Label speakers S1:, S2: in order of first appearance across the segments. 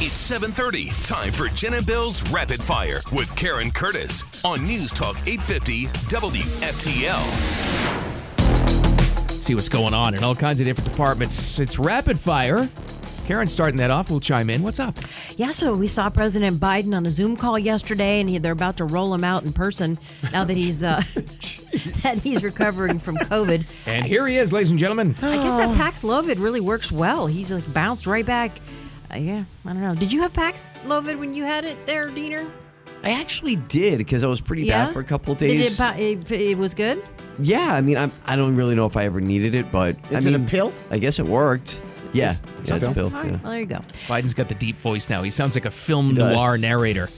S1: It's 7:30. Time for Jen and Bill's Rapid Fire with Karen Curtis on News Talk 850 WFTL.
S2: see what's going on in all kinds of different departments. It's rapid fire. Karen's starting that off. We'll chime in. What's up?
S3: Yeah, so we saw President Biden on a Zoom call yesterday, and he, they're about to roll him out in person now that he's uh, that he's recovering from COVID.
S2: And here he is, ladies and gentlemen.
S3: I guess
S4: Oh.
S3: that Paxlovid really works well. He's like bounced right back. Uh, yeah, I don't know. Did you have Paxlovid when you had it there, Diener?
S4: I actually did because I was pretty
S3: Yeah,
S4: bad for a couple of
S3: Did
S4: days.
S3: It, pa- it, it was good.
S4: yeah, I mean, I'm, I don't really know if I ever needed it, but
S5: Is
S4: I
S5: it a
S4: mean,
S5: pill?
S4: I guess it worked. Yeah, yeah, it's a pill.
S3: All right,
S4: yeah.
S3: well there you go.
S2: Biden's got the deep voice now. He sounds like a film
S4: does.
S2: noir narrator.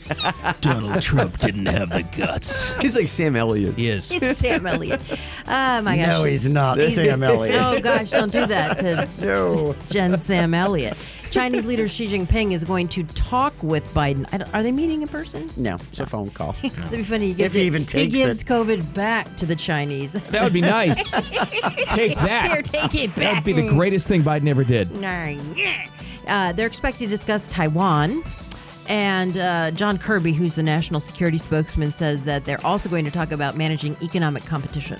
S2: Donald Trump didn't have the guts.
S4: He's like Sam Elliott.
S2: He is.
S3: It's Sam Elliott. Oh my gosh.
S5: No, he's not. Sam Elliott.
S3: Oh gosh, don't do that to Jen Sam Elliott. Chinese leader Xi Jinping is going to talk with Biden. I don't- Are they meeting in person?
S5: No, it's a phone call.
S3: That'd be funny. He gives,
S5: he
S3: it-
S5: even takes
S3: he gives
S5: it.
S3: COVID back to the Chinese.
S2: That would be nice. Take
S3: Here,
S2: that.
S3: take it
S2: That
S3: back.
S2: would be the greatest thing Biden ever did.
S3: Uh, they're expected to discuss Taiwan. And uh, John Kirby, who's the national security spokesman, says that they're also going to talk about managing economic competition.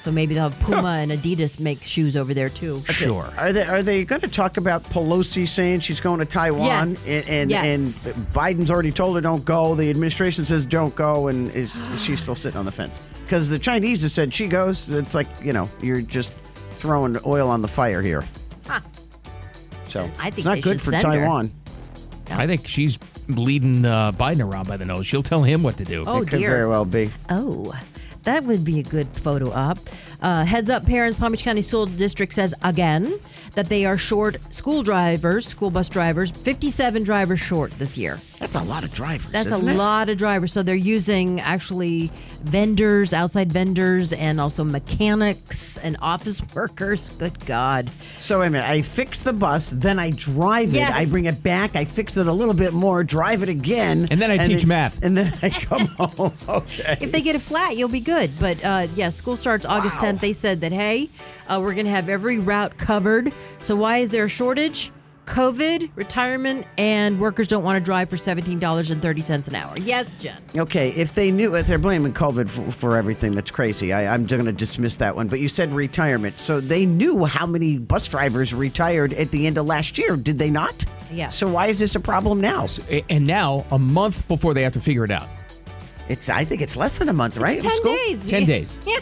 S3: So maybe they'll have Puma and Adidas make shoes over there too.
S2: Sure.
S5: Are they are they going to talk about Pelosi saying she's going to Taiwan
S3: Yes.
S5: and and,
S3: Yes.
S5: and Biden's already told her don't go. The administration says don't go, and is, she's still sitting on the fence because the Chinese have said she goes. It's like you know you're just throwing oil on the fire here. So
S3: I think
S5: it's
S3: they
S5: not
S3: should
S5: good for
S3: send her.
S5: Taiwan.
S2: I think she's leading uh, Biden around by the nose. She'll tell him what to do.
S3: Oh
S5: it could
S3: dear.
S5: very well be.
S3: Oh, that would be a good photo op. Uh, heads up, parents. Palm Beach County School District says again that they are short school drivers, school bus drivers, 57 drivers short this year.
S5: That's a lot of drivers.
S3: That's a
S5: isn't it?
S3: lot of drivers. So they're using actually vendors, outside vendors, and also mechanics and office workers. Good God.
S5: So wait a minute. I fix the bus, then I drive
S3: Yes.
S5: it. I bring it back. I fix it a little bit more, drive it again,
S2: And then I teach math.
S5: And then I come home. Okay.
S3: If they get a flat, you'll be good. But uh, yeah, school starts August 10th. They said that, hey, uh, we're going to have every route covered. So why is there a shortage? COVID, retirement, and workers don't want to drive for $17.30 an hour. Yes, Jen.
S5: Okay, if they knew, if they're blaming COVID for, for everything, that's crazy. I, I'm going to dismiss that one. But you said retirement, so they knew how many bus drivers retired at the end of last year, did they not?
S3: Yeah.
S5: So why is this a problem now?
S2: A- And now, a month before they have to figure it out.
S5: It's I think it's less than a month, right?
S3: 10
S5: School?
S3: days.
S2: 10 days.
S3: Yeah.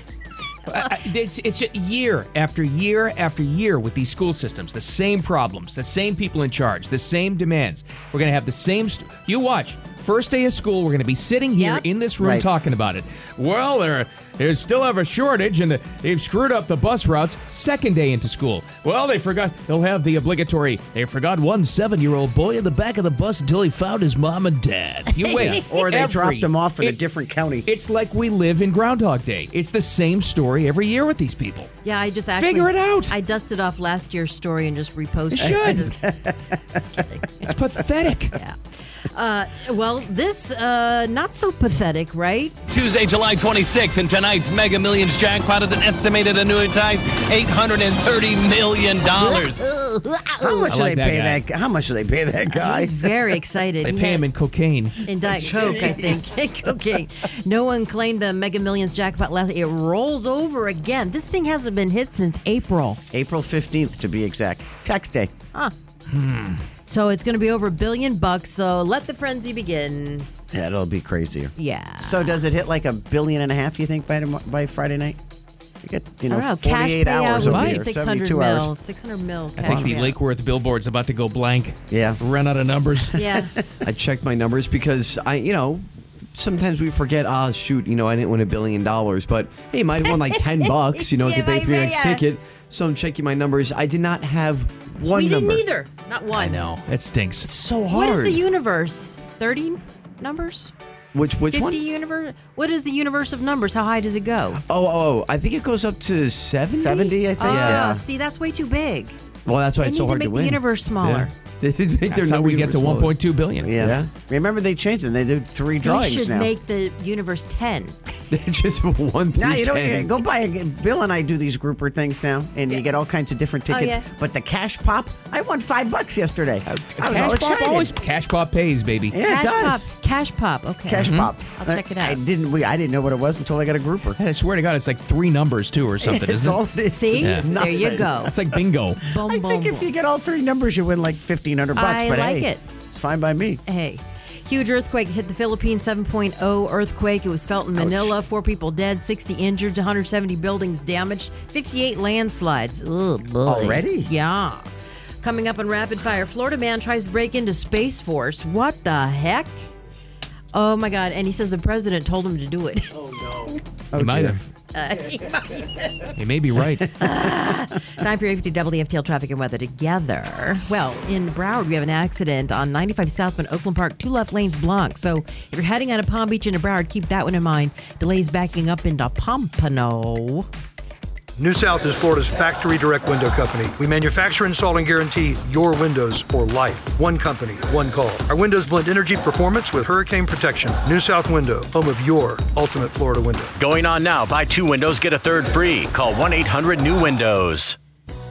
S2: I- I- it's it's a year after year after year with these school systems. The same problems, the same people in charge, the same demands. We're going to have the same. St- you watch. First day of school, we're going to be sitting here
S3: Yep.
S2: in this room
S5: Right.
S2: talking about it. Well, there they still have a shortage, and the, they've screwed up the bus routes. Second day into school, well, they forgot. They'll have the obligatory. They forgot one seven-year-old boy in the back of the bus until he found his mom and dad. You wait,
S5: Or they
S2: Every-
S5: dropped them off in a
S2: it-
S5: different county.
S2: it's like we live in Groundhog Day. It's the same story every year with these people.
S3: Yeah, I just actually
S2: Figure it out.
S3: I dusted off last year's story and just reposted.
S2: You
S3: I
S2: should.
S3: just- just kidding.
S2: It's pathetic.
S3: Yeah. Uh, well, this uh, not so pathetic, right?
S6: Tuesday, July 26th, and tonight's Mega Millions jackpot is an estimated annuitized $830 million.
S5: How much
S2: I
S5: do
S2: like
S5: they
S2: that
S5: pay
S2: guy.
S5: that? How much do they pay that guy?
S3: He's very excited.
S2: They
S3: He
S2: pay
S3: had-
S2: him in cocaine.
S3: in Diet Coke, I think. Cocaine. No one claimed the Mega Millions jackpot last. It rolls over again. This thing hasn't been hit since April,
S5: April fifteenth, to be exact. Tax day.
S3: so it's going to be over a billion bucks. So let the frenzy begin.
S5: That'll be crazier.
S3: Yeah.
S5: So does it hit like a billion and a half? You think by tomo- by Friday night? You get you know,
S3: I don't know. Cash
S5: 48 hours
S3: payout
S5: over
S3: would be
S5: here,
S3: 600
S5: 72 hours.
S3: mil. 600 mil.
S2: I
S3: Cash
S2: think the
S3: payout.
S2: Lake Worth billboard's about to go blank.
S5: Yeah.
S2: Run out of numbers.
S3: Yeah.
S4: I checked my numbers because I, you know, sometimes we forget. Ah, shoot, you know, I didn't win a billion dollars, but hey, might have won like ten bucks. You know,
S3: Yeah,
S4: at the Bay
S3: right,
S4: for your
S3: right,
S4: next
S3: yeah.
S4: ticket. So I'm checking my numbers. I did not have one
S3: we didn't
S4: number.
S3: either. Not one.
S2: I know. It stinks.
S4: So hard.
S3: What is the universe? 30 numbers?
S4: Which which
S3: 50
S4: one?
S3: universe? What is the universe of numbers? How high does it go?
S4: Oh, oh, I think it goes up to 70?
S5: 70, I think.
S3: Ah,
S4: yeah.
S3: see, that's way too big.
S4: Well, that's why
S3: They
S4: it's
S3: need
S4: so
S3: to
S4: hard
S3: make
S4: win.
S3: the universe smaller.
S4: Yeah. They make their
S2: That's how
S4: number
S2: we get to
S4: even smaller.
S2: 1.2 billion.
S5: Yeah.
S4: Yeah.
S5: Remember they changed it. They do three
S3: They
S5: drawings
S3: should
S5: now.
S3: make the universe 10.
S4: just one through
S5: Nah, you don't.
S4: ten.
S5: Go buy. A, Bill and I do these grouper things now, and you get all kinds of different
S3: Oh,
S5: tickets.
S3: yeah.
S5: But the cash pop, I won five bucks yesterday. I was all
S2: Oh, Cash Pop
S5: excited.
S2: always cash pop pays, baby.
S5: yeah,
S3: Cash
S5: it does.
S3: Pop. Cash Pop. Okay.
S5: Cash
S2: Mm-hmm.
S5: pop.
S3: I'll check it out.
S5: I, I didn't. We, I didn't know what it was until I got a grouper.
S2: I swear to God, it's like three numbers too, or something,
S5: it's
S2: isn't
S5: all
S2: it?
S5: it is.
S3: See?
S5: It's
S3: There you
S5: nothing.
S3: go.
S2: That's like bingo.
S3: Boom,
S5: I
S3: boom,
S5: think if
S3: boom.
S5: you get all three numbers, you win like fifteen hundred bucks.
S3: I
S5: but
S3: like
S5: hey,
S3: it.
S5: it's fine by me.
S3: Hey, huge earthquake hit the Philippines, 7.0 earthquake. It was felt in Manila, four people dead, 60 injured, 170 buildings damaged, 58 landslides. Ugh, boy.
S5: Already?
S3: Yeah. Coming up in rapid fire, Florida man tries to break into Space Force. What the heck? Oh my God. And he says the president told him to do it.
S2: You might have. You may be right.
S3: Time for your WFTL traffic and weather together. Well, in Broward, we have an accident on 95 southbound Oakland Park, two left lanes blocked. So if you're heading out of Palm Beach into Broward, keep that one in mind. Delays backing up into Pompano.
S7: New South is Florida's factory direct window company. We manufacture, install, and guarantee your windows for life. One company, one call. Our windows blend energy performance with hurricane protection. New South Window, home of your ultimate Florida window.
S8: Going on now. Buy two windows, get a third free. Call 1 800 New Windows.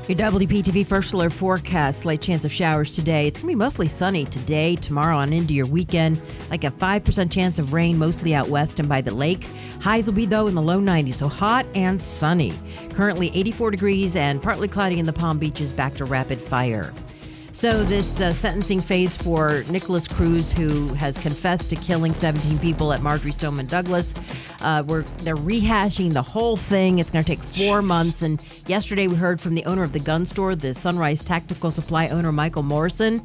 S3: Your WPTV first alert forecast, slight chance of showers today. It's going to be mostly sunny today, tomorrow, and into your weekend. Like a 5% chance of rain, mostly out west and by the lake. Highs will be, though, in the low 90s, so hot and sunny. Currently 84 degrees and partly cloudy in the Palm Beaches, back to rapid fire. So, this uh, sentencing phase for Nicholas Cruz, who has confessed to killing 17 people at Marjorie Stoneman Douglas, uh, we're, they're rehashing the whole thing. It's going to take four months. And yesterday we heard from the owner of the gun store, the Sunrise Tactical Supply owner, Michael Morrison.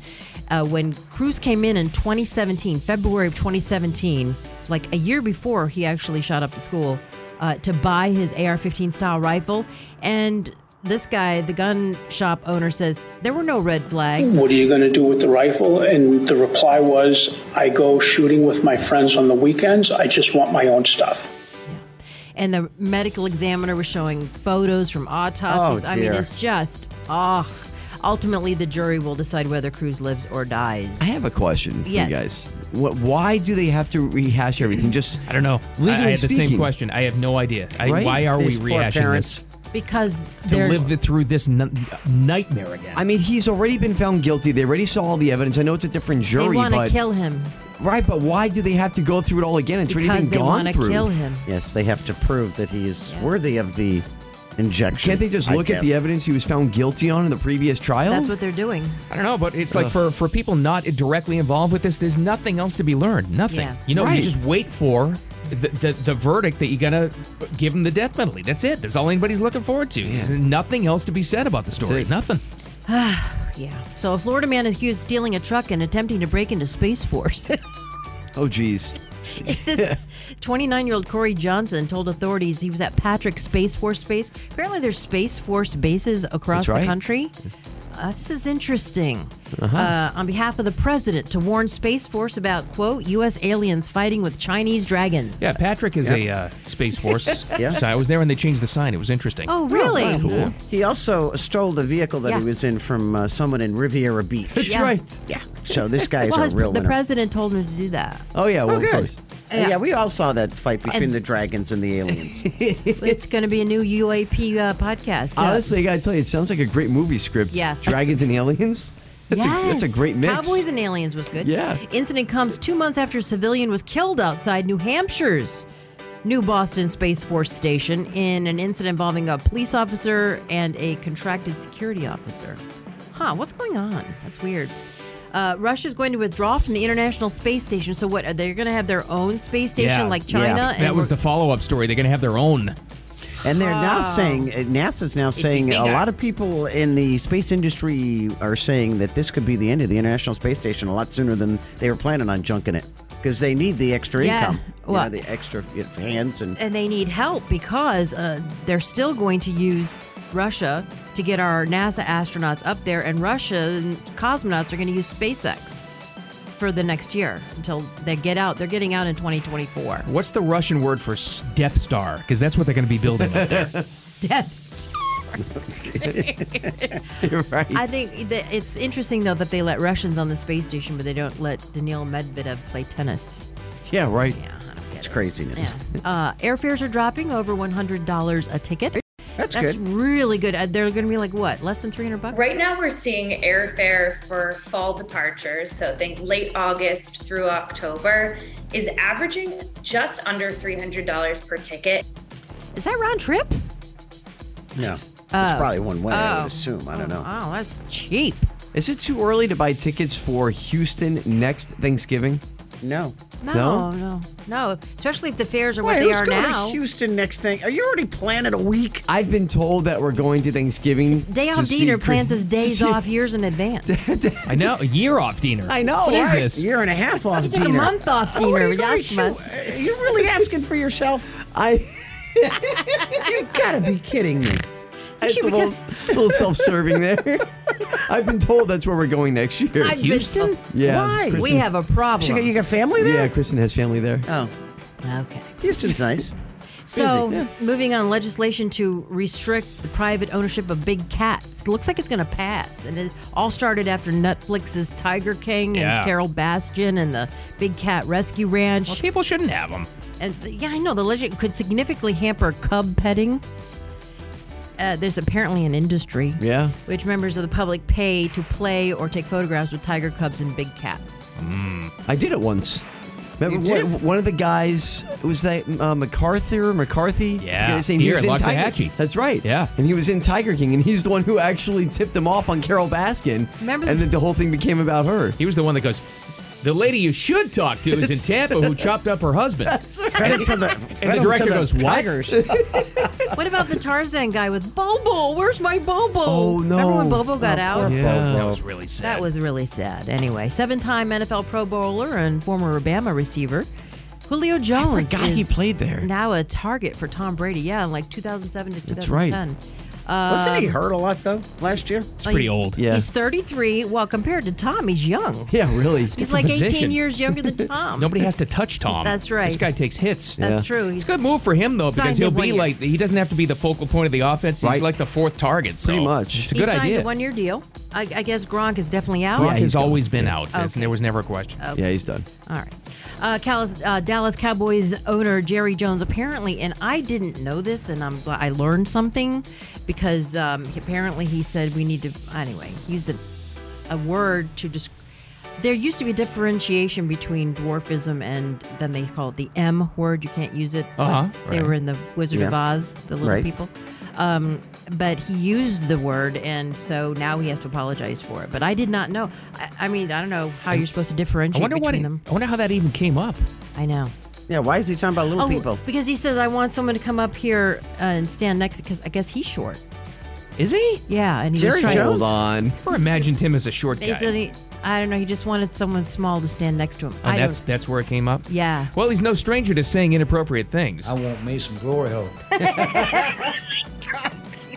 S3: Uh, when Cruz came in in 2017, February of 2017, it's like a year before he actually shot up the school, uh, to buy his AR 15 style rifle. And this guy, the gun shop owner, says there were no red flags.
S9: What are you going to do with the rifle? And the reply was, I go shooting with my friends on the weekends. I just want my own stuff.
S3: And the medical examiner was showing photos from autopsies.
S5: Oh,
S3: I mean,
S5: dear.
S3: it's just, ah. Ultimately, the jury will decide whether Cruz lives or dies.
S4: I have a question for
S3: Yes.
S4: you guys. What, why do they have to rehash everything? Just
S2: I don't know.
S4: Legally
S2: I, I had the same
S4: speaking.
S2: question. I have no idea. I,
S4: Right?
S2: Why are
S5: These
S2: we
S5: poor
S2: rehashing
S5: parents.
S2: this?
S3: because
S2: To
S3: they're
S2: live the, through this n- nightmare again.
S4: I mean, he's already been found guilty. They already saw all the evidence. I know it's a different
S3: they
S4: jury,
S3: want to
S4: but
S3: kill him
S4: right. But why do they have to go through it all again? It's already
S3: because
S4: been
S3: they
S4: gone
S3: want to
S4: through.
S3: kill him.
S5: Yes, they have to prove that he is worthy of the injection.
S4: Can't they just
S5: I
S4: look at the
S5: guess.
S4: evidence he was found guilty on in the previous trial?
S3: That's what they're doing.
S2: I don't know, but it's like for, for people not directly involved with this, there's nothing else to be learned. Nothing.
S3: Yeah.
S2: You know, you
S4: Right.
S2: just wait for the, the, the verdict that you're going to give him the death penalty. That's it. That's all anybody's looking forward to. There's nothing else to be said about the story.
S4: it.
S2: Nothing.
S3: Yeah. So a Florida man accused of stealing a truck and attempting to break into Space Force.
S4: oh, geez.
S3: this 29 year old Corey Johnson told authorities he was at Patrick Space Force Base. Apparently, there's Space Force bases across
S4: That's right. Uh-huh.
S3: the country. Uh, this is interesting. uh on behalf of the president, to warn Space Force about, quote, U.S. aliens fighting with Chinese dragons.
S2: Yeah, Patrick is a uh, Space Force.
S5: Yeah.
S2: So I was there and they changed the sign. It was interesting.
S3: Oh, really?
S2: That's cool.
S5: He also stole the vehicle that
S3: Yeah.
S5: he was in from uh, someone in Riviera Beach.
S4: That's
S3: Yeah.
S4: right.
S5: yeah. So this guy is
S3: Well,
S5: a
S3: his-
S5: real
S3: the
S5: winner.
S3: president told him to do that.
S4: Oh yeah. Well,
S5: good.
S4: of course.
S5: yeah. we all saw that fight between
S3: And-
S5: the dragons and the aliens.
S3: It's going to be a new UAP uh, podcast. Yeah.
S4: Honestly, I gotta tell you, it sounds like a great movie script.
S3: Yeah.
S4: Dragons and aliens. That's, a, that's
S3: Yes.
S4: a great mix.
S3: Cowboys and Aliens was good.
S4: Yeah.
S3: Incident comes two months after a civilian was killed outside New Hampshire's New Boston Space Force Station in an incident involving a police officer and a contracted security officer. Huh, what's going on? That's weird. Uh, Russia's going to withdraw from the International Space Station. So, what? Are they going to have their own space station
S2: Yeah.
S3: like
S2: Yeah.
S3: China?
S2: That was
S3: we're-
S2: the follow up story. They're going to have their own.
S5: and they're now
S3: Ah.
S5: saying, uh, NASA's now saying, a lot of people in the space industry are saying that this could be the end of the International Space Station a lot sooner than they were planning on junking it because they need the extra
S3: Yeah.
S5: income. You
S3: Well-
S5: know, the extra you know, hands and.
S3: and they need help because uh, they're still going to use Russia to get our NASA astronauts up there, and Russian cosmonauts are going to use SpaceX for the next year until they get out. They're getting out in 2024.
S2: What's the Russian word for s- Death Star? Because that's what they're going to be building up there.
S3: Death Star.
S4: You're right.
S3: I think that it's interesting though that they let Russians on the space station, but they don't let Daniil Medvedev play tennis.
S4: yeah, right.
S3: Yeah, I don't get
S5: It's
S3: it.
S5: craziness.
S3: Yeah. Uh, airfares are dropping over one hundred dollars a ticket.
S5: That's
S3: That's
S5: good.
S3: really good. Uh, They're going to be like what, less than three hundred bucks?
S10: Right now, we're seeing airfare for fall departures, so think late August through October, is averaging just under $300 per ticket.
S3: Is that round trip?
S5: No, it's probably one way. I would assume. I don't know.
S3: Oh, that's cheap.
S4: Is it too early to buy tickets for Houston next Thanksgiving?
S5: No.
S3: No,
S4: No?
S3: no, no, Especially if the fares are
S5: Wait,
S3: what they
S5: who's
S3: are
S5: going
S3: now.
S5: to Houston next thing? Are you already planning a week?
S4: I've been told that we're going to Thanksgiving.
S3: Day
S4: to
S3: off
S4: see
S3: Diener
S4: Chris-
S3: plans his
S4: to
S3: days
S4: see-
S3: off years in advance.
S2: I know. A year off, Diener.
S4: I know,
S2: What is
S4: right?
S2: this?
S5: Year and a half off.
S3: He took a
S5: Diener.
S3: month off,
S5: Oh, what are
S3: Diener.
S5: you gonna
S3: Last
S5: shoot?
S3: month.
S5: Uh, You're really asking for yourself?
S4: I.
S5: You gotta be kidding me.
S4: It's a
S3: should
S4: little, little self-serving there. I've been told that's where we're going next year.
S3: I've been
S2: Houston?
S3: told-
S4: yeah,
S5: Why?
S4: Kristen-
S3: We have a
S5: She got,
S3: problem.
S5: you got family there?
S4: Yeah, Kristen has family there.
S5: Oh,
S3: okay.
S5: Houston's nice.
S3: So,
S5: Busy.
S3: moving on, legislation to restrict the private ownership of big cats looks like it's going to pass, and it all started after Netflix's Tiger King
S2: Yeah.
S3: and Carol Baskin and the Big Cat Rescue Ranch.
S2: Well, people shouldn't have them.
S3: And yeah, I know the legend could significantly hamper cub petting. Uh, there's apparently an industry,
S4: Yeah.
S3: which members of the public pay to play or take photographs with tiger cubs and big cats.
S4: I did it once. Remember
S5: You
S4: one, one of the guys was that uh, MacArthur
S2: Yeah,
S4: McCarthy? I forget his name.
S2: here
S4: was
S2: in
S4: Tiger-
S2: Loxahatchee.
S4: That's right.
S2: Yeah.
S4: and he was in Tiger King, and he's the one who actually tipped them off on Carol Baskin.
S3: Remember
S4: and
S3: the-
S4: then the whole thing became about her.
S2: He was the one that goes, the lady you should talk to is in Tampa who chopped up her husband.
S5: Fed him to the,
S2: And the director goes, what?
S3: what about the Tarzan guy with Bobo? Where's my Bobo?
S4: Oh, no.
S3: Remember when Bobo got out?
S2: That was really sad.
S3: That was really sad. Anyway, seven-time NFL Pro Bowler and former Obama receiver Julio Jones.
S4: forgot he
S3: is
S4: played there.
S3: Now a target for Tom Brady. Yeah, in like 2007 to
S4: That's right.
S3: 2010.
S5: Wasn't
S7: Um,
S5: he hurt a lot, though, last year?
S2: It's pretty old.
S4: Yeah.
S3: He's 33. Well, compared to Tom, he's young.
S4: Yeah, really.
S3: He's like 18
S2: position.
S3: years younger than Tom.
S2: Nobody has to touch Tom.
S3: That's right.
S2: This guy takes hits.
S3: That's true.
S2: It's
S3: He's
S2: a good move for him though
S3: Signed
S2: because he'll
S3: it one
S2: be
S3: year.
S2: like he doesn't have to be the focal point of the offense. He's
S4: Right.
S2: like the fourth target. So
S4: Pretty much.
S2: It's a
S3: he
S2: good
S3: signed
S2: idea.
S3: a one-year deal. I, I guess Gronk is definitely out.
S2: Gronk
S4: Yeah,
S2: has
S4: he's
S2: always
S4: going.
S2: been out, and there was never a question.
S3: Oh,
S4: yeah, he's done.
S3: All right. Uh, Callis, uh, Dallas Cowboys owner Jerry Jones apparently, and I didn't know this, and I'm glad I learned something because um, apparently he said we need to anyway use a, a word to describe. There used to be differentiation between dwarfism and then they call it the M word. You can't use it. but
S2: Uh-huh,
S3: They
S2: right.
S3: were in the Wizard of
S5: Yeah.
S3: Oz, the little
S5: Right.
S3: people. Um, but he used the word, and so now he has to apologize for it. But I did not know. I, I mean, I don't know how you're supposed to
S2: I
S3: differentiate
S2: wonder what.
S3: between
S2: he-
S3: them.
S2: I wonder how that even came up.
S3: I know. Oh,
S5: Yeah, why is he talking about little people?
S3: because he says I want someone to come up here uh, and stand next because I guess he's short.
S2: Is he?
S3: Yeah, and he
S5: Jerry
S3: was trying.
S5: Jones?
S4: Hold on.
S2: Or imagined him as a short
S3: They
S2: guy.
S3: said he- I don't know. He just wanted someone small to stand next to him.
S5: Oh,
S2: and
S3: I
S2: that's
S3: don't.
S2: that's where it came up.
S3: Yeah.
S2: Well, he's no stranger to saying inappropriate things.
S7: want me some glory hole.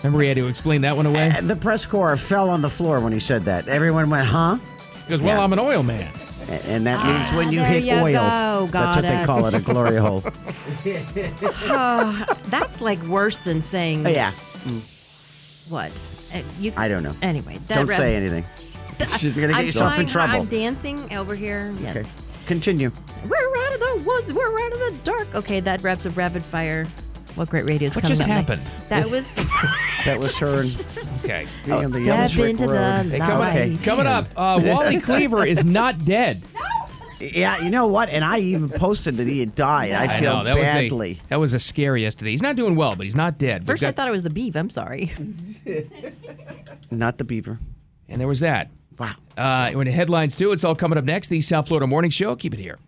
S2: Remember, he had to explain that one away.
S5: Uh, The press corps fell on the floor when he said that. Everyone went, huh?
S2: He goes, "Well,
S5: yeah.
S2: I'm an oil man."
S5: A- And that means when you
S3: Ah, there
S5: hit
S3: you go.
S5: oil. That's what
S3: Got
S5: they
S3: it.
S5: call it, a glory hole.
S3: That's like worse than saying
S5: Oh, yeah.
S3: what. Uh, you-
S5: I don't know.
S3: Anyway, that
S5: Don't
S3: rev-
S5: say anything. You're going to
S3: I'm
S5: get yourself in
S3: trying-
S5: trouble.
S3: I'm dancing over here. Yeah.
S5: Okay. Continue.
S3: We're out of the woods. We're out of the dark. Okay, that wraps up rapid fire. What great radio is
S2: What
S3: coming
S2: just
S3: up next.
S2: happened?
S3: That was.
S5: That was her. and-
S2: Okay.
S5: being on the yellow
S3: Step
S5: brick
S3: into
S5: road.
S3: the
S2: Hey, coming
S3: light.
S5: Okay.
S2: up, coming up. Uh, Wally Cleaver is not dead.
S5: Yeah, you know what? And I even posted that he had died. I feel
S2: that
S5: badly.
S2: Was a, that was a scare yesterday. He's not doing well, but he's not dead. We've
S3: First, I
S2: got-
S3: thought it was the beef. I'm sorry.
S5: Not the beaver.
S2: and there was that.
S5: Wow.
S2: Uh, when the headlines too, it's all coming up next. The South Florida Morning Show. Keep it here.